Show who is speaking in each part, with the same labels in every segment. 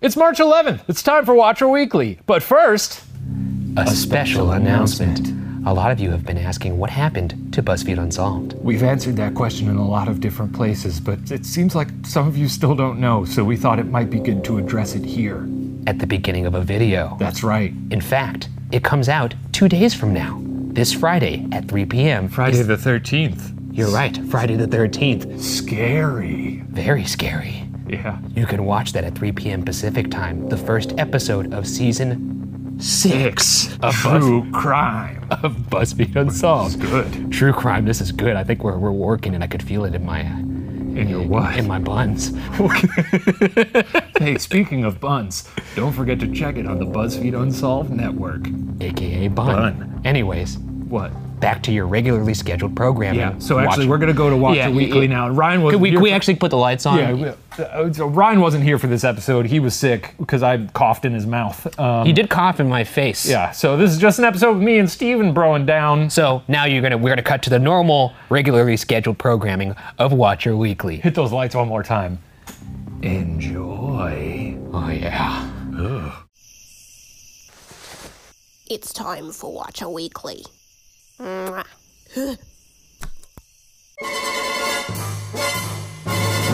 Speaker 1: It's March 11th. It's time for Watcher Weekly. But first,
Speaker 2: A special announcement. A lot of you have been asking what happened to BuzzFeed Unsolved.
Speaker 1: we've answered that question in a lot of different places, but it seems like some of you still don't know, so we thought it might be good to address it here.
Speaker 2: At the beginning of a video.
Speaker 1: That's right.
Speaker 2: In fact, it comes out two days from now. This Friday at 3 p.m.
Speaker 1: Friday the 13th.
Speaker 2: You're right, Friday the 13th.
Speaker 1: Scary.
Speaker 2: Very scary.
Speaker 1: Yeah.
Speaker 2: You can watch that at 3 p.m. Pacific time, the first episode of season six of, Buzz-
Speaker 1: True crime.
Speaker 2: of BuzzFeed Unsolved.
Speaker 1: Oh, Good.
Speaker 2: True crime, this is good. I think we're, we're working and I could feel it in my
Speaker 1: And your
Speaker 2: in
Speaker 1: what?
Speaker 2: my buns.
Speaker 1: hey, speaking of buns, don't forget to check it on the BuzzFeed Unsolved Network.
Speaker 2: AKA bun.
Speaker 1: Bun.
Speaker 2: Anyways,
Speaker 1: What?
Speaker 2: back to your regularly scheduled programming.
Speaker 1: Yeah. So actually, we're
Speaker 2: Watch-
Speaker 1: gonna go to Watcher
Speaker 2: Yeah,
Speaker 1: Weekly
Speaker 2: yeah.
Speaker 1: now. Ryan was
Speaker 2: Could we,
Speaker 1: here
Speaker 2: could we
Speaker 1: for-
Speaker 2: actually put the lights on?
Speaker 1: Yeah, we- uh, so Ryan wasn't here for this episode. He was sick because I coughed in his mouth. Um,
Speaker 2: He did cough in my face.
Speaker 1: yeah, so this is just an episode with me and Steven broing down.
Speaker 2: So now you're gonna we're gonna cut to the normal, regularly scheduled programming of Watcher Weekly.
Speaker 1: Hit those lights one more time. Enjoy.
Speaker 2: Oh yeah.
Speaker 3: It's time for Watcher Weekly. Mwah.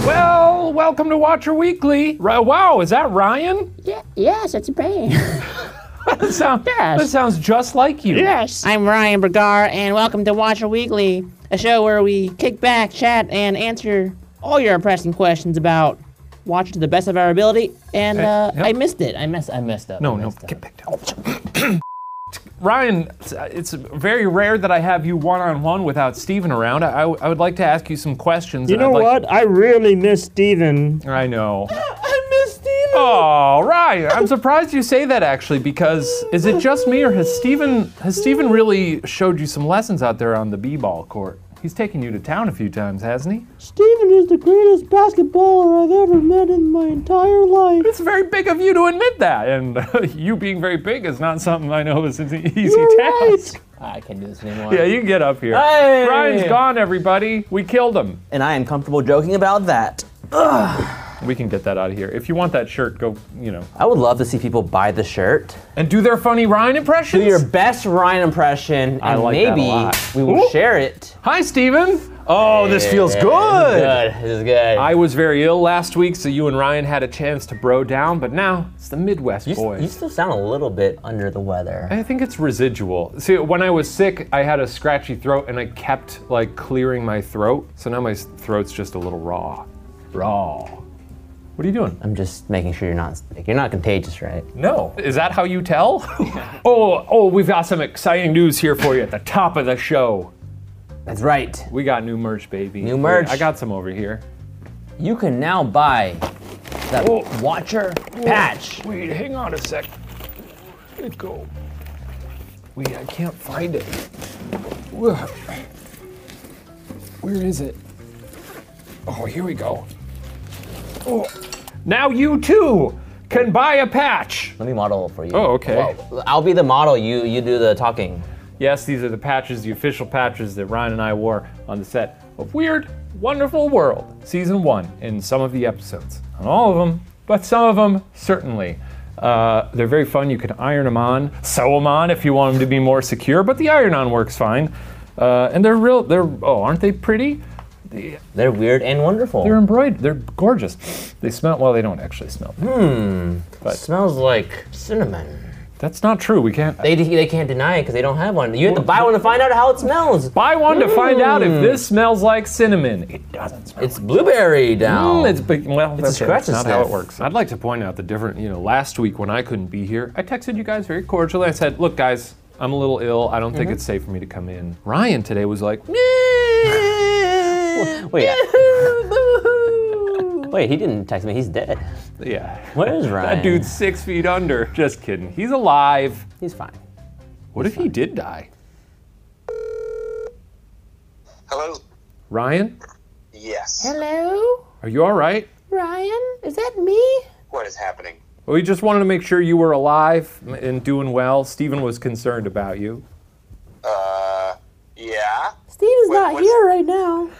Speaker 1: Well, welcome to Watcher Weekly. Ri- wow, is that Ryan?
Speaker 4: Yeah, yes, it's me.
Speaker 1: That, sound,
Speaker 4: Yes.
Speaker 1: that sounds just like you.
Speaker 4: yes. I'm Ryan Bergar, and welcome to Watcher Weekly, a show where we kick back, chat, and answer all your pressing questions about Watcher to the best of our ability. And uh,
Speaker 1: yep.
Speaker 4: I missed it. I messed. I messed up.
Speaker 1: No,
Speaker 4: I
Speaker 1: no,
Speaker 4: messed
Speaker 1: get
Speaker 4: up.
Speaker 1: back down. Ryan, it's- uh, it's very rare that I have you one on one without Steven around. I, I w- I would like to ask you some questions.
Speaker 5: You know what? I really miss Steven.
Speaker 1: I know.
Speaker 4: I missed Steven.
Speaker 1: Oh, Ryan, I'm surprised you say that actually because is it just me or has Steven has Steven really showed you some lessons out there on the b-ball court? He's taken you to town a few times, hasn't he?
Speaker 5: Steven is the greatest basketballer I've ever met in my entire life.
Speaker 1: It's very big of you to admit that, and you being very big is not something I know is an easy
Speaker 5: You're
Speaker 1: task.
Speaker 5: right.
Speaker 4: I can't do this anymore.
Speaker 1: Yeah, you can get up here.
Speaker 4: Hey!
Speaker 1: Ryan's gone, everybody. We killed him.
Speaker 6: and I am comfortable joking about that.
Speaker 1: We can get that out of here. If you want that shirt, go, you know.
Speaker 6: I would love to see people buy the shirt.
Speaker 1: And do their funny Ryan impressions.
Speaker 6: Do your best Ryan impression, and
Speaker 1: I like that a
Speaker 6: maybe
Speaker 1: lot.
Speaker 6: we will
Speaker 1: Ooh.
Speaker 6: share it.
Speaker 1: Hi, Steven. Oh, this feels good.
Speaker 6: Good, this is good.
Speaker 1: I was very ill last week, so you and Ryan had a chance to bro down, but now it's the Midwest
Speaker 6: you,
Speaker 1: boys.
Speaker 6: you still sound a little bit under the weather.
Speaker 1: I think it's residual. See, when I was sick, I had a scratchy throat and I kept like clearing my throat, so now my s- throat's just a little raw. Raw. What are you doing?
Speaker 6: I'm just making sure you're not sick. You're not contagious, right?
Speaker 1: No. Is that how you tell? oh, oh, we've got some exciting news here for you at the top of the show.
Speaker 6: That's right.
Speaker 1: We got new merch, baby.
Speaker 6: New merch.
Speaker 1: I got some over here.
Speaker 6: You can now buy that
Speaker 1: Whoa.
Speaker 6: Watcher patch.
Speaker 1: Wait, hang on a sec. Let go. Wait, I can't find it. Where where is it? Oh, here we go. Oh, now you too can buy a patch.
Speaker 6: Let me model for you.
Speaker 1: Oh, okay.
Speaker 6: Well, I'll be the model. You you do the talking.
Speaker 1: Yes, these are the patches, the official patches that Ryan and I wore on the set of Weird Wonderful World Season 1 in some of the episodes. Not all of them, but some of them certainly. Uh, they're very fun. You can iron them on, sew them on if you want them to be more secure, but the iron on works fine. Uh, and they're real, they're, oh, aren't they pretty?
Speaker 6: They're weird and wonderful.
Speaker 1: They're embroidered, they're gorgeous. They smell, well, they don't actually smell.
Speaker 6: smells like cinnamon.
Speaker 1: That's not true. We can't
Speaker 6: They, they can't deny it because they don't have one. You have to buy one to find out how it smells.
Speaker 1: buy one to find out if this smells like cinnamon. It doesn't smell.
Speaker 6: It's blueberry down.
Speaker 1: Mm, it's big. Well, that's, it.
Speaker 6: scratch
Speaker 1: That's
Speaker 6: and
Speaker 1: not how it
Speaker 6: sniff.
Speaker 1: works. I'd like to point out the different. You know, last week when I couldn't be here, I texted you guys very cordially. I said, "Look, guys, I'm a little ill. I don't think it's safe for me to come in." Ryan today was like,
Speaker 6: Wait, wait, he didn't text me. He's dead.
Speaker 1: "Yeah,
Speaker 6: Where is Ryan?
Speaker 1: that dude's six feet under." Just kidding. He's alive.
Speaker 6: He's fine.
Speaker 1: What if he did die?
Speaker 7: Hello.
Speaker 1: Ryan,
Speaker 7: Yes.
Speaker 4: Hello,
Speaker 1: are you all right?
Speaker 4: Ryan. Is that me?
Speaker 7: What is happening?
Speaker 1: Well, we just wanted to make sure you were alive and doing well. Steven was concerned about you.
Speaker 7: Uh, yeah.
Speaker 4: Steven's
Speaker 7: What-
Speaker 4: not
Speaker 7: what's-
Speaker 4: here right now.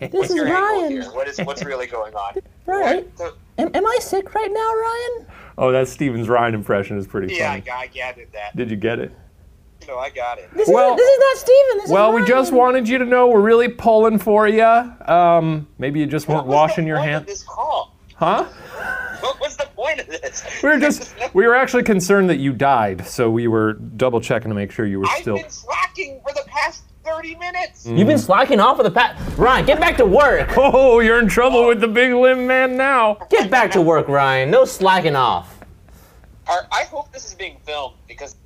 Speaker 5: This is
Speaker 7: your angle here?
Speaker 5: Ryan.
Speaker 7: What is what's really going on?
Speaker 5: Right?
Speaker 7: So-
Speaker 5: Am, am I sick right now, Ryan?
Speaker 1: Oh, that Steven's Ryan impression is pretty
Speaker 7: yeah, I,
Speaker 1: funny.
Speaker 7: got- I gathered that.
Speaker 1: Did you get it?
Speaker 7: No, I got it.
Speaker 5: This,
Speaker 1: Well-
Speaker 5: is, this is not Steven. This
Speaker 1: Well,
Speaker 5: is
Speaker 1: we
Speaker 5: Ryan.
Speaker 1: just wanted you to know we're really pulling for you. Um, maybe you just
Speaker 7: What
Speaker 1: weren't
Speaker 7: was
Speaker 1: washing
Speaker 7: the
Speaker 1: your
Speaker 7: point of
Speaker 1: hands,
Speaker 7: This call.
Speaker 1: huh?
Speaker 7: What was the point of this?
Speaker 1: We were just we were actually concerned that you died, so we were double checking to make sure you were
Speaker 7: I've
Speaker 1: still. Mm.
Speaker 7: been slacking for the past thirty minutes.
Speaker 6: You've been slacking off of the pat. Ryan, get back to work.
Speaker 1: Oh, you're in trouble with the big limb man now.
Speaker 6: Get back to work, Ryan. No slacking off.
Speaker 7: Are- I hope this is being filmed because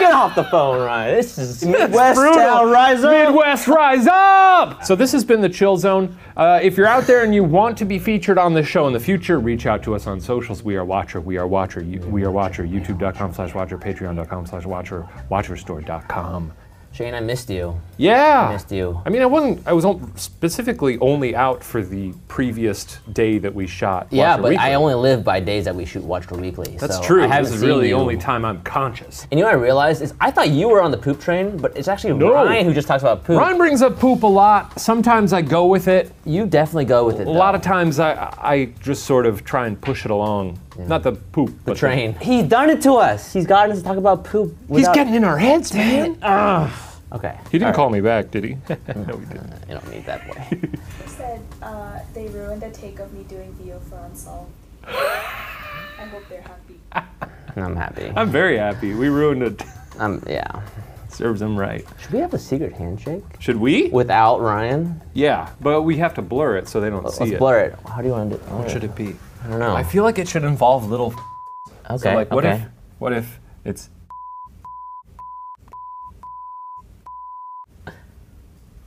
Speaker 6: Get off the phone, Ryan. This is Midwest
Speaker 1: brutal.
Speaker 6: style
Speaker 7: Oh.
Speaker 6: rise up.
Speaker 1: Midwest, rise up! So this has been the Chill Zone. Uh, if you're out there and you want to be featured on this show in the future, reach out to us on socials. We are Watcher. We are Watcher. You, we are Watcher. YouTube.com slash Watcher. Patreon.com slash Watcher. WatcherStore.com.
Speaker 6: Shane, I missed you.
Speaker 1: Yeah.
Speaker 6: Missed you.
Speaker 1: I mean, I wasn't. I was on- specifically only out for the previous day that we shot.
Speaker 6: yeah,
Speaker 1: Watcher
Speaker 6: but
Speaker 1: Weekly.
Speaker 6: I only live by days that we shoot Watch for Weekly.
Speaker 1: That's
Speaker 6: so
Speaker 1: true.
Speaker 6: I haven't
Speaker 1: this is
Speaker 6: seen
Speaker 1: really
Speaker 6: you.
Speaker 1: the only time I'm conscious.
Speaker 6: And you know what I realized is I thought you were on the poop train, but it's actually
Speaker 1: No.
Speaker 6: Ryan who just talks about poop.
Speaker 1: Ryan brings up poop a lot. Sometimes I go with it.
Speaker 6: you definitely go with it.
Speaker 1: A lot of times I, I just sort of try and push it along. Not the poop, but the
Speaker 6: train. He's done it to us. He's gotten us to talk about poop.
Speaker 1: He's
Speaker 6: without-
Speaker 1: getting in our heads, man.
Speaker 6: Okay.
Speaker 1: He didn't call me back, did he? no, he didn't.
Speaker 6: You don't need that boy.
Speaker 8: said uh, they ruined a take of me doing VO for Unsolved. I hope they're happy.
Speaker 6: I'm happy.
Speaker 1: I'm very happy. We ruined it.
Speaker 6: Um, yeah.
Speaker 1: Serves him right.
Speaker 6: Should we have a secret handshake
Speaker 1: Should we?
Speaker 6: without Ryan?
Speaker 1: Yeah, but we have to blur it so they don't see
Speaker 6: Let's
Speaker 1: it.
Speaker 6: blur it. How do you want to do it?
Speaker 1: What should it be?
Speaker 6: I don't know.
Speaker 1: I feel like it should involve little. f-
Speaker 6: okay.
Speaker 1: So like, what
Speaker 6: okay.
Speaker 1: if? What if it's?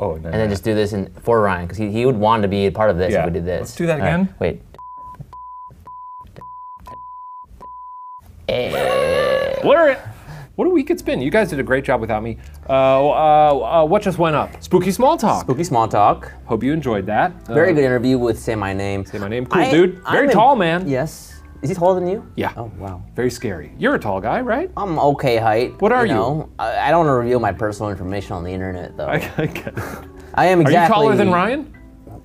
Speaker 1: Oh, no.
Speaker 6: And then just do this in, for Ryan because he, he would want to be a part of this
Speaker 1: Yeah.
Speaker 6: if we did this.
Speaker 1: Let's do that
Speaker 6: All right,
Speaker 1: again.
Speaker 6: Wait.
Speaker 1: Blur it. What a week it's been. You guys did a great job without me. Uh, uh, uh, what just went up? Spooky small talk.
Speaker 6: Spooky small talk.
Speaker 1: Hope you enjoyed that. Uh,
Speaker 6: Very good interview with Say My Name.
Speaker 1: Say my name. Cool dude. Very
Speaker 6: I'm
Speaker 1: tall man.
Speaker 6: Yes. Is he taller than you?
Speaker 1: Yeah.
Speaker 6: Oh wow.
Speaker 1: Very scary. You're a tall guy, right?
Speaker 6: I'm okay height.
Speaker 1: What are you?
Speaker 6: know? I, I don't want to reveal my personal information on the internet though. I,
Speaker 1: get it. Are
Speaker 6: am
Speaker 1: you
Speaker 6: exactly.
Speaker 1: taller than Ryan?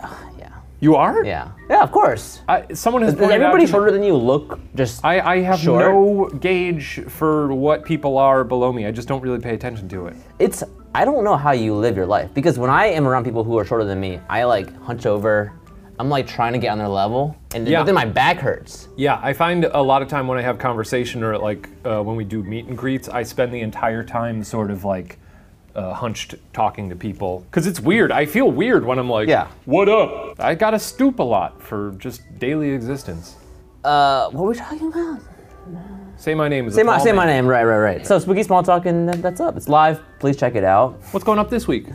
Speaker 6: Yeah.
Speaker 1: You are?
Speaker 6: Yeah. Yeah. Of course.
Speaker 1: I, someone has
Speaker 6: Does
Speaker 1: pointed
Speaker 6: everybody
Speaker 1: out to me-
Speaker 6: shorter than you look just?
Speaker 1: I, I have
Speaker 6: Short?
Speaker 1: no gauge for what people are below me. I just don't really pay attention to it.
Speaker 6: it's I don't know how you live your life because when I am around people who are shorter than me, I like hunch over. I'm like trying to get on their level, and then-
Speaker 1: Yeah.
Speaker 6: but then my back hurts.
Speaker 1: Yeah, I find a lot of time when I have conversation or like uh, when we do meet and greets, I spend the entire time sort of like uh, hunched talking to people because it's weird. I feel weird when I'm like,
Speaker 6: Yeah.
Speaker 1: what up? I gotta stoop a lot for just daily existence.
Speaker 6: Uh, what were we talking about?
Speaker 1: Say my name is a
Speaker 6: Say my,
Speaker 1: tall
Speaker 6: say my
Speaker 1: man.
Speaker 6: name, right, right, right. So Spooky Small Talk, and that- that's up. It's live. Please check it out.
Speaker 1: What's going up this week?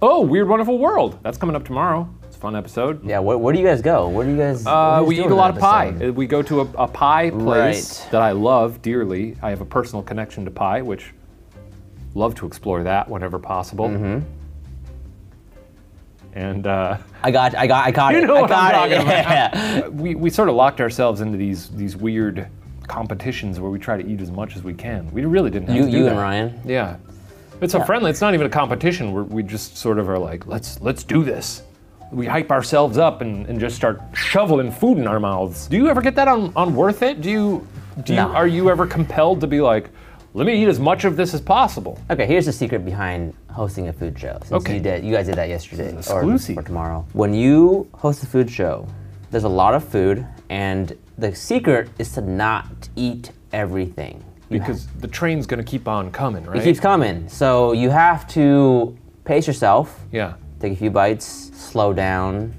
Speaker 1: Oh, Weird Wonderful World. That's coming up tomorrow. It's a fun episode.
Speaker 6: Yeah, where, where do you guys go? Where do you guys?
Speaker 1: Uh,
Speaker 6: what do you guys
Speaker 1: we
Speaker 6: do
Speaker 1: eat
Speaker 6: in
Speaker 1: a
Speaker 6: that
Speaker 1: lot of pie.
Speaker 6: episode?
Speaker 1: Uh, We go to a, a pie place
Speaker 6: Right.
Speaker 1: that I love dearly. I have a personal connection to pie, which love to explore that whenever possible.
Speaker 6: Mm-hmm.
Speaker 1: And uh,
Speaker 6: I got, I got, I got
Speaker 1: You
Speaker 6: it.
Speaker 1: know
Speaker 6: I
Speaker 1: what I'm
Speaker 6: got it.
Speaker 1: talking about.
Speaker 6: yeah.
Speaker 1: we, we sort of locked ourselves into these these weird competitions where we try to eat as much as we can. We really didn't have
Speaker 6: You,
Speaker 1: to do
Speaker 6: you
Speaker 1: that.
Speaker 6: and Ryan.
Speaker 1: Yeah. It's a friendly. It's not even a competition. We're, we just sort of are like, let's let's do this. We hype ourselves up and, and just start shoveling food in our mouths. Do you ever get that on, on Worth It? Do you do you,
Speaker 6: No.
Speaker 1: are you ever compelled to be like, let me eat as much of this as possible?
Speaker 6: Okay, here's the secret behind hosting a food show. Since
Speaker 1: Okay.
Speaker 6: you did, you guys did that yesterday
Speaker 1: This is
Speaker 6: or,
Speaker 1: exclusive.
Speaker 6: or tomorrow. When you host a food show, there's a lot of food, and the secret is to not eat everything. You
Speaker 1: Because the train's gonna keep on coming, right?
Speaker 6: It keeps coming. So you have to pace yourself,
Speaker 1: yeah. Mm-hmm.
Speaker 6: take a few bites, slow down,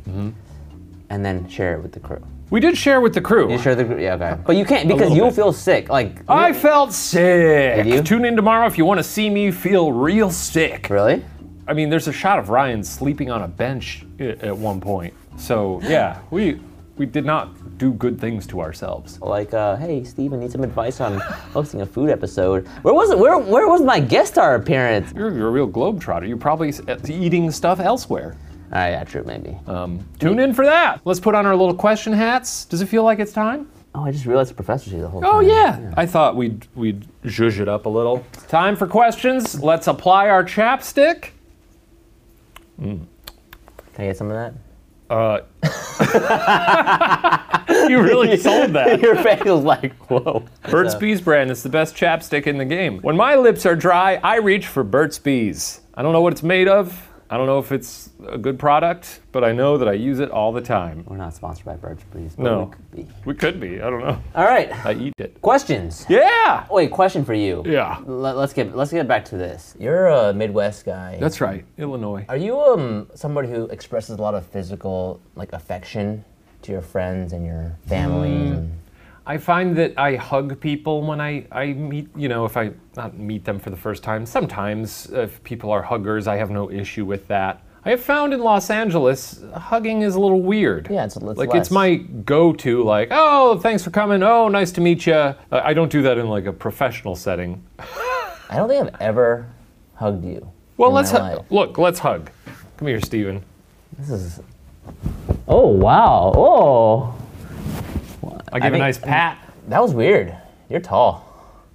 Speaker 6: and then share it with the crew.
Speaker 1: We did share with the crew.
Speaker 6: You share the crew? Yeah, okay. But you can't because
Speaker 1: little
Speaker 6: you'll
Speaker 1: bit.
Speaker 6: feel sick. Like,
Speaker 1: I felt sick.
Speaker 6: you?
Speaker 1: Tune in tomorrow if you want to see me feel real sick.
Speaker 6: really?
Speaker 1: I mean, there's a shot of Ryan sleeping on a bench i- at one point. So yeah, we we did not do good things to ourselves.
Speaker 6: Like, uh, hey, Steven, need some advice on hosting a food episode. Where was it? Where, where was my guest star appearance? All
Speaker 1: You're, you're a real globetrotter. You're probably s- uh, eating stuff elsewhere.
Speaker 6: right, Ah, yeah, true, maybe.
Speaker 1: Uh. Tune in for that. Let's put on our little question hats. Does it feel like it's time?
Speaker 6: oh, I just realized Professor She's the whole
Speaker 1: Oh
Speaker 6: time.
Speaker 1: yeah. I thought we'd we'd zhuzh it up a little. Time for questions. Let's apply our chapstick.
Speaker 6: Can I get some of that?
Speaker 1: Uh, you really sold that.
Speaker 6: Your face was like, whoa.
Speaker 1: Burt's Bees brand is the best chapstick in the game. When my lips are dry, I reach for Burt's Bees. I don't know what it's made of. I don't know if it's a good product, but I know that I use it all the time.
Speaker 6: We're not sponsored by Birch, please. but
Speaker 1: No.
Speaker 6: we could be.
Speaker 1: We could be. I don't know.
Speaker 6: All right.
Speaker 1: I eat it.
Speaker 6: Questions.
Speaker 1: Yeah.
Speaker 6: Wait, question for you.
Speaker 1: Yeah.
Speaker 6: Let, us get let's get back to this. You're a Midwest guy.
Speaker 1: That's right. Illinois.
Speaker 6: Are you um somebody who expresses a lot of physical like affection to your friends and your family? and-
Speaker 1: I find that I hug people when I, I meet, you know, if I not meet them for the first time. Sometimes if people are huggers, I have no issue with that. I have found in Los Angeles, hugging is a little weird.
Speaker 6: Yeah, it's- it's
Speaker 1: like
Speaker 6: less.
Speaker 1: it's my go-to. Like, oh, thanks for coming. Oh, nice to meet you. I don't do that in like a professional setting.
Speaker 6: I don't think I've ever hugged you.
Speaker 1: Well,
Speaker 6: in
Speaker 1: let's
Speaker 6: my
Speaker 1: hug.
Speaker 6: life.
Speaker 1: Look, let's hug. Come here, Steven.
Speaker 6: This is. Oh wow! Oh,
Speaker 1: I give a
Speaker 6: think-
Speaker 1: nice pat.
Speaker 6: that was weird. You're tall.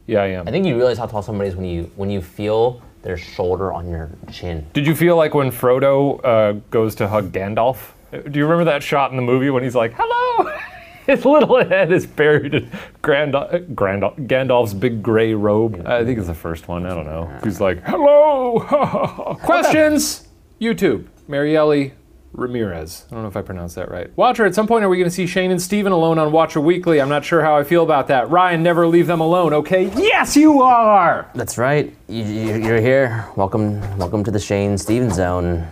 Speaker 1: Yeah, I am.
Speaker 6: I think you realize how tall somebody is when you when you feel their shoulder on your chin.
Speaker 1: Did you feel like when Frodo uh, goes to hug Gandalf? Do you remember that shot in the movie when he's like, "Hello"? His little head is buried in Grandal- uh, Grandal- Gandalf's big gray robe. I think it's the first one. I don't know. He's like, "Hello." Questions? YouTube. Marielle Ramirez. I don't know if I pronounced that right. Watcher, at some point, are we going to see Shane and Steven alone on Watcher Weekly? I'm not sure how I feel about that. Ryan, never leave them alone, okay? Yes, you are.
Speaker 6: That's right. You, you, you're here. Welcome, welcome to the Shane Stevens zone.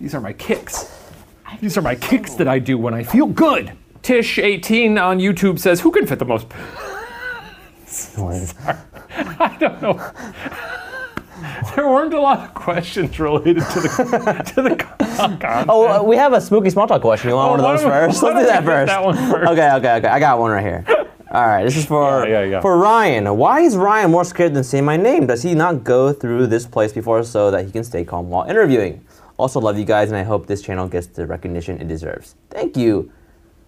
Speaker 1: These are my kicks. These are my kicks that I do when I feel good. Tish18 on YouTube says, Who can fit the most? I don't know. there weren't a lot of questions related to the, to the con-
Speaker 6: Oh, uh, we have a spooky small talk question. You want
Speaker 1: Oh,
Speaker 6: one
Speaker 1: why
Speaker 6: of those
Speaker 1: don't we-
Speaker 6: first?
Speaker 1: why
Speaker 6: Let's do
Speaker 1: don't
Speaker 6: that
Speaker 1: we hit
Speaker 6: first.
Speaker 1: that one first?
Speaker 6: Okay, okay, okay. I got one right here. All right, this is for
Speaker 1: Yeah, yeah, yeah.
Speaker 6: for Ryan. Why is Ryan more scared than saying my name? Does he not go through this place before so that he can stay calm while interviewing? Also, love you guys, and I hope this channel gets the recognition it deserves. Thank you.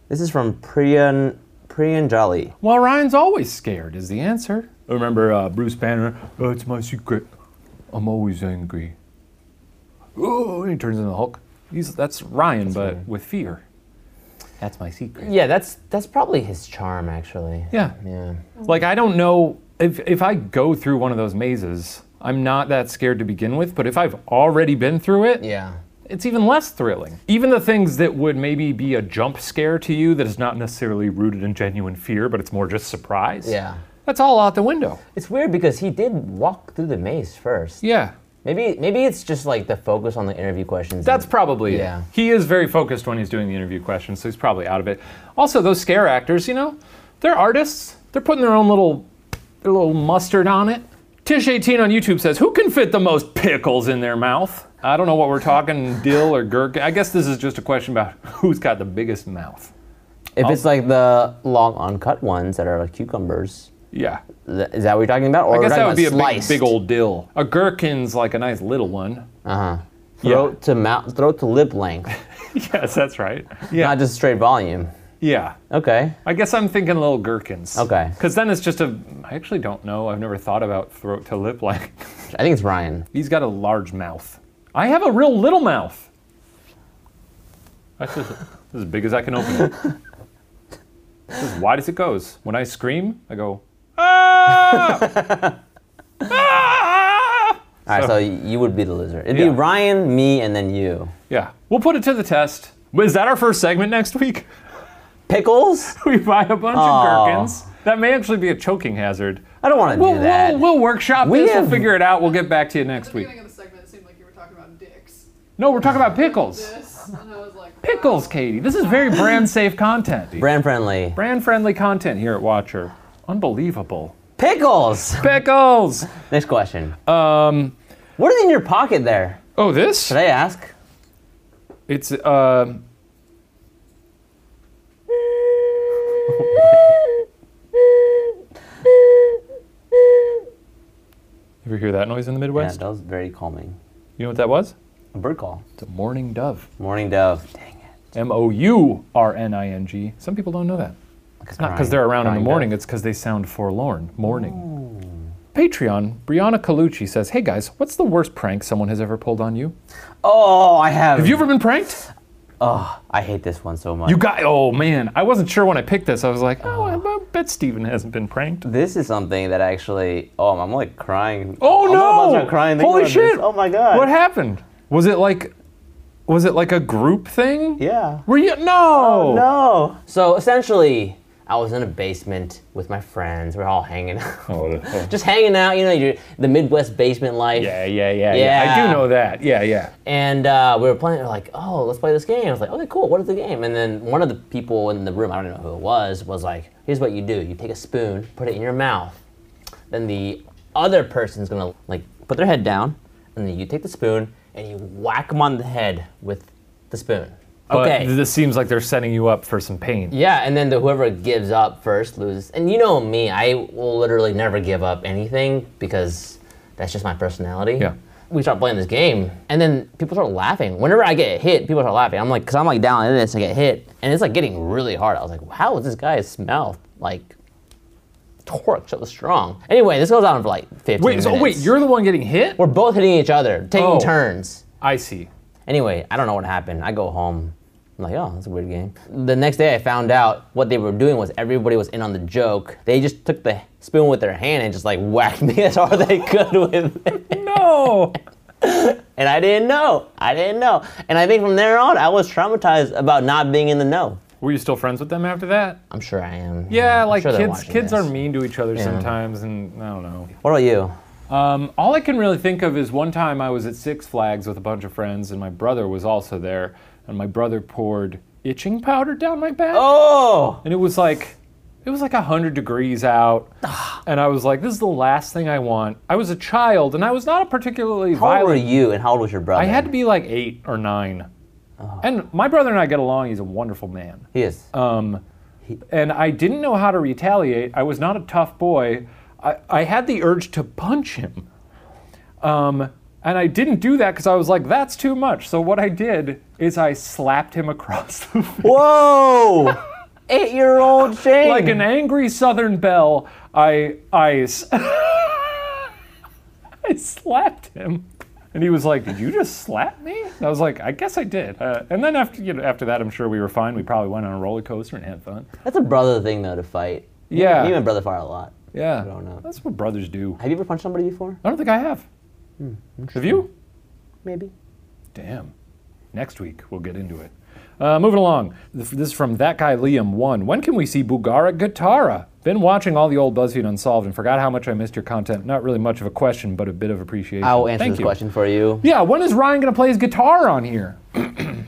Speaker 6: This is from Priyan Priyanjali.
Speaker 1: Well, Ryan's always scared, is the answer. Remember uh, Bruce Banner? Oh, it's my secret. I'm always angry. Oh, and he turns into the Hulk. He's, that's Ryan, but with fear. That's my secret.
Speaker 6: Yeah, that's that's probably his charm, actually.
Speaker 1: Yeah.
Speaker 6: Yeah.
Speaker 1: Like I don't know if if I go through one of those mazes, I'm not that scared to begin with, but if I've already been through it,
Speaker 6: Yeah.
Speaker 1: it's even less thrilling. Even the things that would maybe be a jump scare to you that is not necessarily rooted in genuine fear, but it's more just surprise.
Speaker 6: Yeah.
Speaker 1: That's all out the window.
Speaker 6: It's weird because he did walk through the maze first.
Speaker 1: Yeah.
Speaker 6: Maybe maybe it's just like the focus on the interview questions.
Speaker 1: That's probably
Speaker 6: Yeah.
Speaker 1: it. He is very focused when he's doing the interview questions, so he's probably out of it. Also, those scare actors, you know, they're artists. They're putting their own little their little mustard on it. Tish18 on YouTube says, "Who can fit the most pickles in their mouth?" I don't know what we're talking, dill or gherkin. I guess this is just a question about who's got the biggest mouth.
Speaker 6: if it's like the long uncut ones that are like cucumbers.
Speaker 1: Yeah.
Speaker 6: th- Is that what you're talking about? Or
Speaker 1: I guess that would be a big,
Speaker 6: sliced,
Speaker 1: big old dill. A gherkin's like a nice little one.
Speaker 6: throat Uh-huh. to mouth, throat to lip length,
Speaker 1: Yes, that's right. Yeah.
Speaker 6: not just straight volume.
Speaker 1: yeah.
Speaker 6: Okay.
Speaker 1: I guess I'm thinking little gherkins.
Speaker 6: Okay.
Speaker 1: Because then it's just a. I actually don't know. I've never thought about throat to lip like.
Speaker 6: I think it's Ryan.
Speaker 1: He's got a large mouth. I have a real little mouth. That's just, this is as big as I can open it. This is wide as it goes. When I scream, I go, ah! ah!
Speaker 6: All right, so, you would be the loser. It'd
Speaker 1: Yeah.
Speaker 6: be Ryan, me, and then you.
Speaker 1: Yeah. We'll put it to the test. Is that our first segment next week?
Speaker 6: Pickles?
Speaker 1: We buy a bunch
Speaker 6: Aw.
Speaker 1: of gherkins. That may actually be a choking hazard.
Speaker 6: I don't want to
Speaker 1: We'll,
Speaker 6: do that.
Speaker 1: we'll, we'll workshop
Speaker 6: We
Speaker 1: this.
Speaker 6: have-
Speaker 1: We'll figure it out. We'll get back to you next week.
Speaker 9: beginning of the segment, it seemed like you were talking about dicks.
Speaker 1: No, we're talking about pickles.
Speaker 9: This, and I was like, wow.
Speaker 1: Pickles, Katie. This is very brand safe content.
Speaker 6: Brand friendly.
Speaker 1: Brand friendly content here at Watcher. Unbelievable.
Speaker 6: Pickles.
Speaker 1: Pickles!
Speaker 6: Next question.
Speaker 1: Um,
Speaker 6: What is in your pocket there?
Speaker 1: oh, this?
Speaker 6: Did I ask?
Speaker 1: It's, uh, ever hear that noise in the
Speaker 6: Yeah,
Speaker 1: Midwest?
Speaker 6: that was very calming.
Speaker 1: You know what that was?
Speaker 6: A bird call.
Speaker 1: It's a mourning dove.
Speaker 6: Morning dove. Dang it.
Speaker 1: M O U R N I N G. Some people don't know that. It's not because they're around in the morning, it's because they sound forlorn. Mourning. Patreon, Brianna Colucci says, Hey guys, what's the worst prank someone has ever pulled on you?
Speaker 6: Oh, I have.
Speaker 1: Have you ever been pranked?
Speaker 6: I hate this one so much.
Speaker 1: You got, oh man, I wasn't sure when I picked this. I was like,
Speaker 6: Ah.
Speaker 1: oh, I I bet Steven hasn't been pranked.
Speaker 6: This is something that actually. Oh, I'm like crying.
Speaker 1: Oh
Speaker 6: I'm
Speaker 1: no!
Speaker 6: About to start crying thinking
Speaker 1: Holy
Speaker 6: about
Speaker 1: shit!
Speaker 6: This. Oh my god.
Speaker 1: What happened? Was it like, was it like a group thing?
Speaker 6: Yeah. Oh,
Speaker 1: Were you? No.
Speaker 6: No. So essentially, I was in a basement with my friends. We're all hanging out.
Speaker 1: Oh,
Speaker 6: Just hanging out, you know, you're, the Midwest basement life.
Speaker 1: Yeah, yeah, yeah, yeah. I
Speaker 6: Yeah.
Speaker 1: do know that. Yeah, yeah.
Speaker 6: And uh, we were playing, we're like, oh, let's play this game. I was like, okay, cool, what is the game? And then one of the people in the room, I don't know who it was, was like, here's what you do you take a spoon, put it in your mouth. Then the other person's gonna, like, put their head down, and then you take the spoon and you whack them on the head with the spoon.
Speaker 1: But
Speaker 6: Okay.
Speaker 1: this seems like they're setting you up for some pain.
Speaker 6: Yeah, and then the whoever gives up first loses. And you know me, I will literally never give up anything because that's just my personality.
Speaker 1: Yeah.
Speaker 6: We start playing this game, and then people start laughing. Whenever I get hit, people start laughing. I'm like, because I'm like down in this, I get hit, and it's like getting really hard. I was like, how is this guy's mouth like torqued so strong? Anyway, this goes on for like 15
Speaker 1: Wait,
Speaker 6: minutes.
Speaker 1: so wait, you're the one getting hit?
Speaker 6: We're both hitting each other, taking
Speaker 1: Oh.
Speaker 6: turns.
Speaker 1: I see.
Speaker 6: Anyway, I don't know what happened. I go home. I'm like, oh, that's a weird game. The next day, I found out what they were doing was everybody was in on the joke. They just took the spoon with their hand and just like whacked me as hard as they could with it.
Speaker 1: No.
Speaker 6: And I didn't know. I didn't know. And I think from there on, I was traumatized about not being in the know.
Speaker 1: Were you still friends with them after that?
Speaker 6: I'm sure I am.
Speaker 1: Yeah,
Speaker 6: I'm
Speaker 1: like
Speaker 6: sure they're
Speaker 1: kids.
Speaker 6: watching
Speaker 1: Kids
Speaker 6: this.
Speaker 1: are mean to each other sometimes, and I don't know.
Speaker 6: What about you?
Speaker 1: Um, all I can really think of is one time I was at Six Flags with a bunch of friends, and my brother was also there, and my brother poured itching powder down my back,
Speaker 6: Oh,
Speaker 1: and it was like, it was like hundred degrees out, and I was like, this is the last thing I want. I was a child, and I was not a particularly
Speaker 6: how old were
Speaker 1: violent.
Speaker 6: you and how old was your brother?
Speaker 1: I had to be like eight or nine, and my brother and I get along. He's a wonderful man.
Speaker 6: He is.
Speaker 1: Um, and I didn't know how to retaliate. I was not a tough boy. I, I had the urge to punch him. Um, and I didn't do that because I was like, that's too much. So what I did is I slapped him across the face.
Speaker 6: Oh. Whoa! Eight year old Shane.
Speaker 1: Like an angry southern belle, I, I, s- I slapped him. And he was like, "Did you just slap me?" And I was like, "I guess I did." Uh, and then after you know, after that, I'm sure we were fine. We probably went on a roller coaster and had fun.
Speaker 6: That's a brother thing though to fight.
Speaker 1: Yeah,
Speaker 6: Me and my brother fight a lot.
Speaker 1: yeah.
Speaker 6: don't know.
Speaker 1: That's what brothers do.
Speaker 6: Have you ever punched somebody before?
Speaker 1: I don't think I have.
Speaker 6: Hmm,
Speaker 1: have you?
Speaker 6: Maybe.
Speaker 1: Damn. Next week, we'll get into it. Uh, moving along. This this is from That Guy Liam1. When can we see Bulgara Guitara? Been watching all the old BuzzFeed Unsolved and forgot how much I missed your content. Not really much of a question, but a bit of appreciation.
Speaker 6: I will answer
Speaker 1: Thank
Speaker 6: this
Speaker 1: you.
Speaker 6: question for you.
Speaker 1: Yeah, when is Ryan going to play his guitar on here?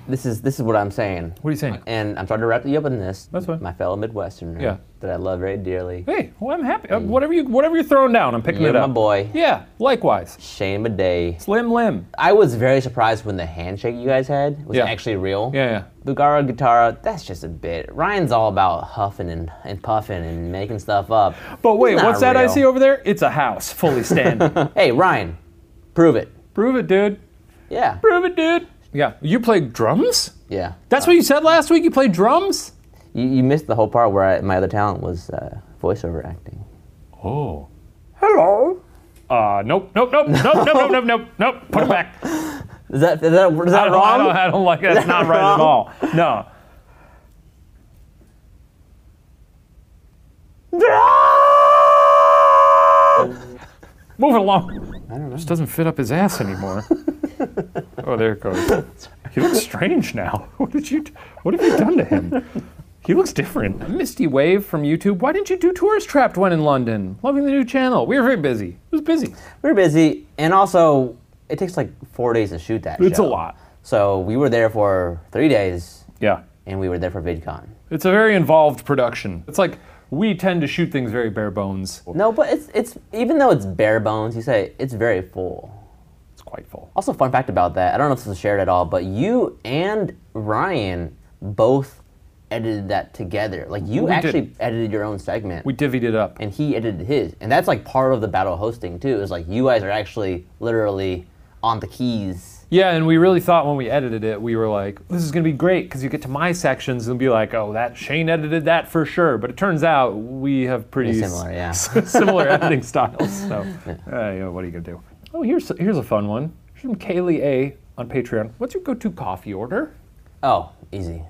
Speaker 6: This is this is what I'm saying.
Speaker 1: What are you saying?
Speaker 6: And I'm trying to wrap you up in this.
Speaker 1: That's fine.
Speaker 6: My fellow Midwesterner
Speaker 1: Yeah.
Speaker 6: that I love very dearly.
Speaker 1: Hey, well, I'm happy. Uh, whatever, you, whatever you're throwing down, I'm picking
Speaker 6: Mm. You're
Speaker 1: it
Speaker 6: my
Speaker 1: up.
Speaker 6: boy,
Speaker 1: Yeah, likewise.
Speaker 6: Shane Bidet.
Speaker 1: Slim Lim.
Speaker 6: I was very surprised when the handshake you guys had was
Speaker 1: Yeah.
Speaker 6: actually real.
Speaker 1: Yeah, yeah.
Speaker 6: Bugara Guitara, that's just a bit. Ryan's all about huffing and, and puffing and making stuff up.
Speaker 1: But wait,
Speaker 6: It's not
Speaker 1: what's that I
Speaker 6: real.
Speaker 1: see over there? It's a house, fully standing.
Speaker 6: Hey, Ryan, prove it.
Speaker 1: Prove it, dude.
Speaker 6: Yeah.
Speaker 1: Prove it, dude. Yeah. You play drums?
Speaker 6: Yeah.
Speaker 1: That's what you said last week? You play drums?
Speaker 6: You, you missed the whole part where I, my other talent was uh, voiceover acting.
Speaker 1: Oh. Hello. Uh, nope, nope, nope, nope, nope, nope, nope, nope, nope. Put it back. Is
Speaker 6: Is that, is that, is
Speaker 1: I
Speaker 6: that
Speaker 1: don't, I
Speaker 6: wrong?
Speaker 1: don't, I don't like it. That's not right at all. No. Move it along. I don't know. Just doesn't fit up his ass anymore. oh, there it goes. He looks strange now. What did you? d- What have you done to him? He looks different. Misty Wave from YouTube. Why didn't you do Tourist Trapped when in London? Loving the new channel. We were very busy. It was busy.
Speaker 6: We're busy, and also it takes like four days to shoot that.
Speaker 1: It's a
Speaker 6: show.
Speaker 1: lot.
Speaker 6: So we were there for three days,
Speaker 1: Yeah.
Speaker 6: and we were there for VidCon.
Speaker 1: It's a very involved production. It's like we tend to shoot things very bare bones.
Speaker 6: No, but it's it's even though it's bare bones, you say it's very full.
Speaker 1: It's quite full.
Speaker 6: Also, fun fact about that, I don't know if this was shared at all, but you and Ryan both edited that together. Like you
Speaker 1: We did.
Speaker 6: actually edited your own segment.
Speaker 1: We divvied it up.
Speaker 6: and he edited his. And that's like part of the battle hosting too. Is like you guys are actually literally on the keys.
Speaker 1: Yeah, and we really thought when we edited it, we were like, this is going to be great because you get to my sections and be like, oh, that Shane edited that for sure. But it turns out we have pretty
Speaker 6: Pretty similar, yeah.
Speaker 1: similar editing styles. So, uh, you know, what are you going to do? Oh, here's here's a fun one. Here's from Kaylee A on Patreon. What's your go to coffee order?
Speaker 6: Oh, easy.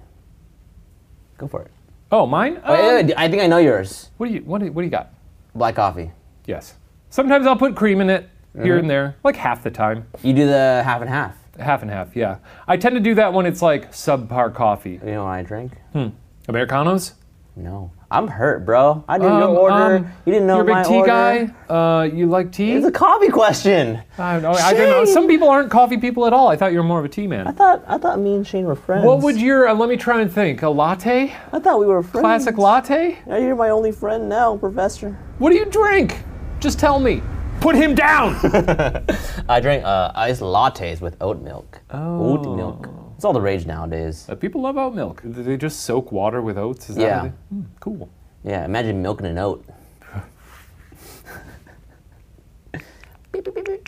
Speaker 6: Go for it.
Speaker 1: Oh, mine?
Speaker 6: Wait,
Speaker 1: Um,
Speaker 6: wait, wait, I think I know yours.
Speaker 1: What, do you, what, do you, what do you got?
Speaker 6: Black coffee.
Speaker 1: Yes. Sometimes I'll put cream in it
Speaker 6: Uh-huh.
Speaker 1: here and there, like half the time.
Speaker 6: You do the half and half.
Speaker 1: Half and half, yeah. I tend to do that when it's like subpar coffee.
Speaker 6: You know what I drink?
Speaker 1: Americanos?
Speaker 6: No. I'm hurt, bro. I didn't
Speaker 1: Um,
Speaker 6: know order.
Speaker 1: um,
Speaker 6: you didn't know
Speaker 1: You're a big
Speaker 6: my
Speaker 1: tea
Speaker 6: order.
Speaker 1: guy. Uh, you like tea?
Speaker 6: It's a coffee question.
Speaker 1: I, don't know, I don't know.
Speaker 6: Shane!
Speaker 1: Some people aren't coffee people at all. I thought you were more of a tea
Speaker 6: I
Speaker 1: man.
Speaker 6: thought I thought me and Shane were friends.
Speaker 1: What would your? Uh, let me try and think. A latte?
Speaker 6: I thought we were friends.
Speaker 1: Classic latte?
Speaker 6: Now you're my only friend now, Professor.
Speaker 1: What do you drink? Just tell me. Put him down.
Speaker 6: I drink uh, iced lattes with oat milk. Oh. Oat milk. It's all the rage nowadays.
Speaker 1: Uh, people love oat milk. Do they just soak water with oats? Is that
Speaker 6: Yeah.
Speaker 1: what they- Hmm, cool.
Speaker 6: Yeah, imagine milking an oat.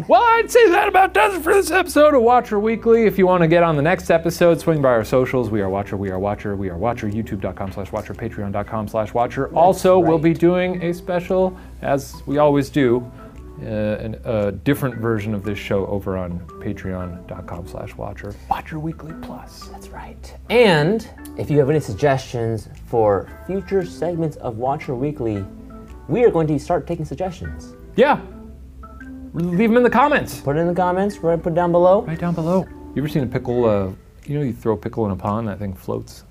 Speaker 1: Well, I'd say that about does it for this episode of Watcher Weekly. If you want to get on the next episode, swing by our socials. We are Watcher, we are Watcher, we are Watcher, youtube.com slash Watcher, patreon.com slash Watcher. also, we'll be doing a special, as we always do, uh, an, a different version of this show over on patreon.com slash Watcher. Watcher Weekly Plus.
Speaker 6: That's right. And if you have any suggestions for future segments of Watcher Weekly, we are going to start taking suggestions.
Speaker 1: Yeah. Leave them in the comments.
Speaker 6: Put it in the comments, right put it down below.
Speaker 1: Right down below. You ever seen a pickle? Uh, you know, you throw a pickle in a pond, that thing floats.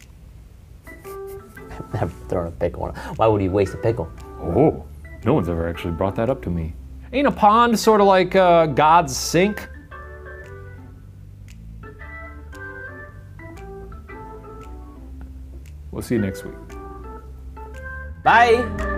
Speaker 6: I've thrown a pickle. Why would you waste a pickle?
Speaker 1: Oh, no one's ever actually brought that up to me. Ain't a pond sort of like uh, God's sink? We'll see you next week.
Speaker 6: Bye!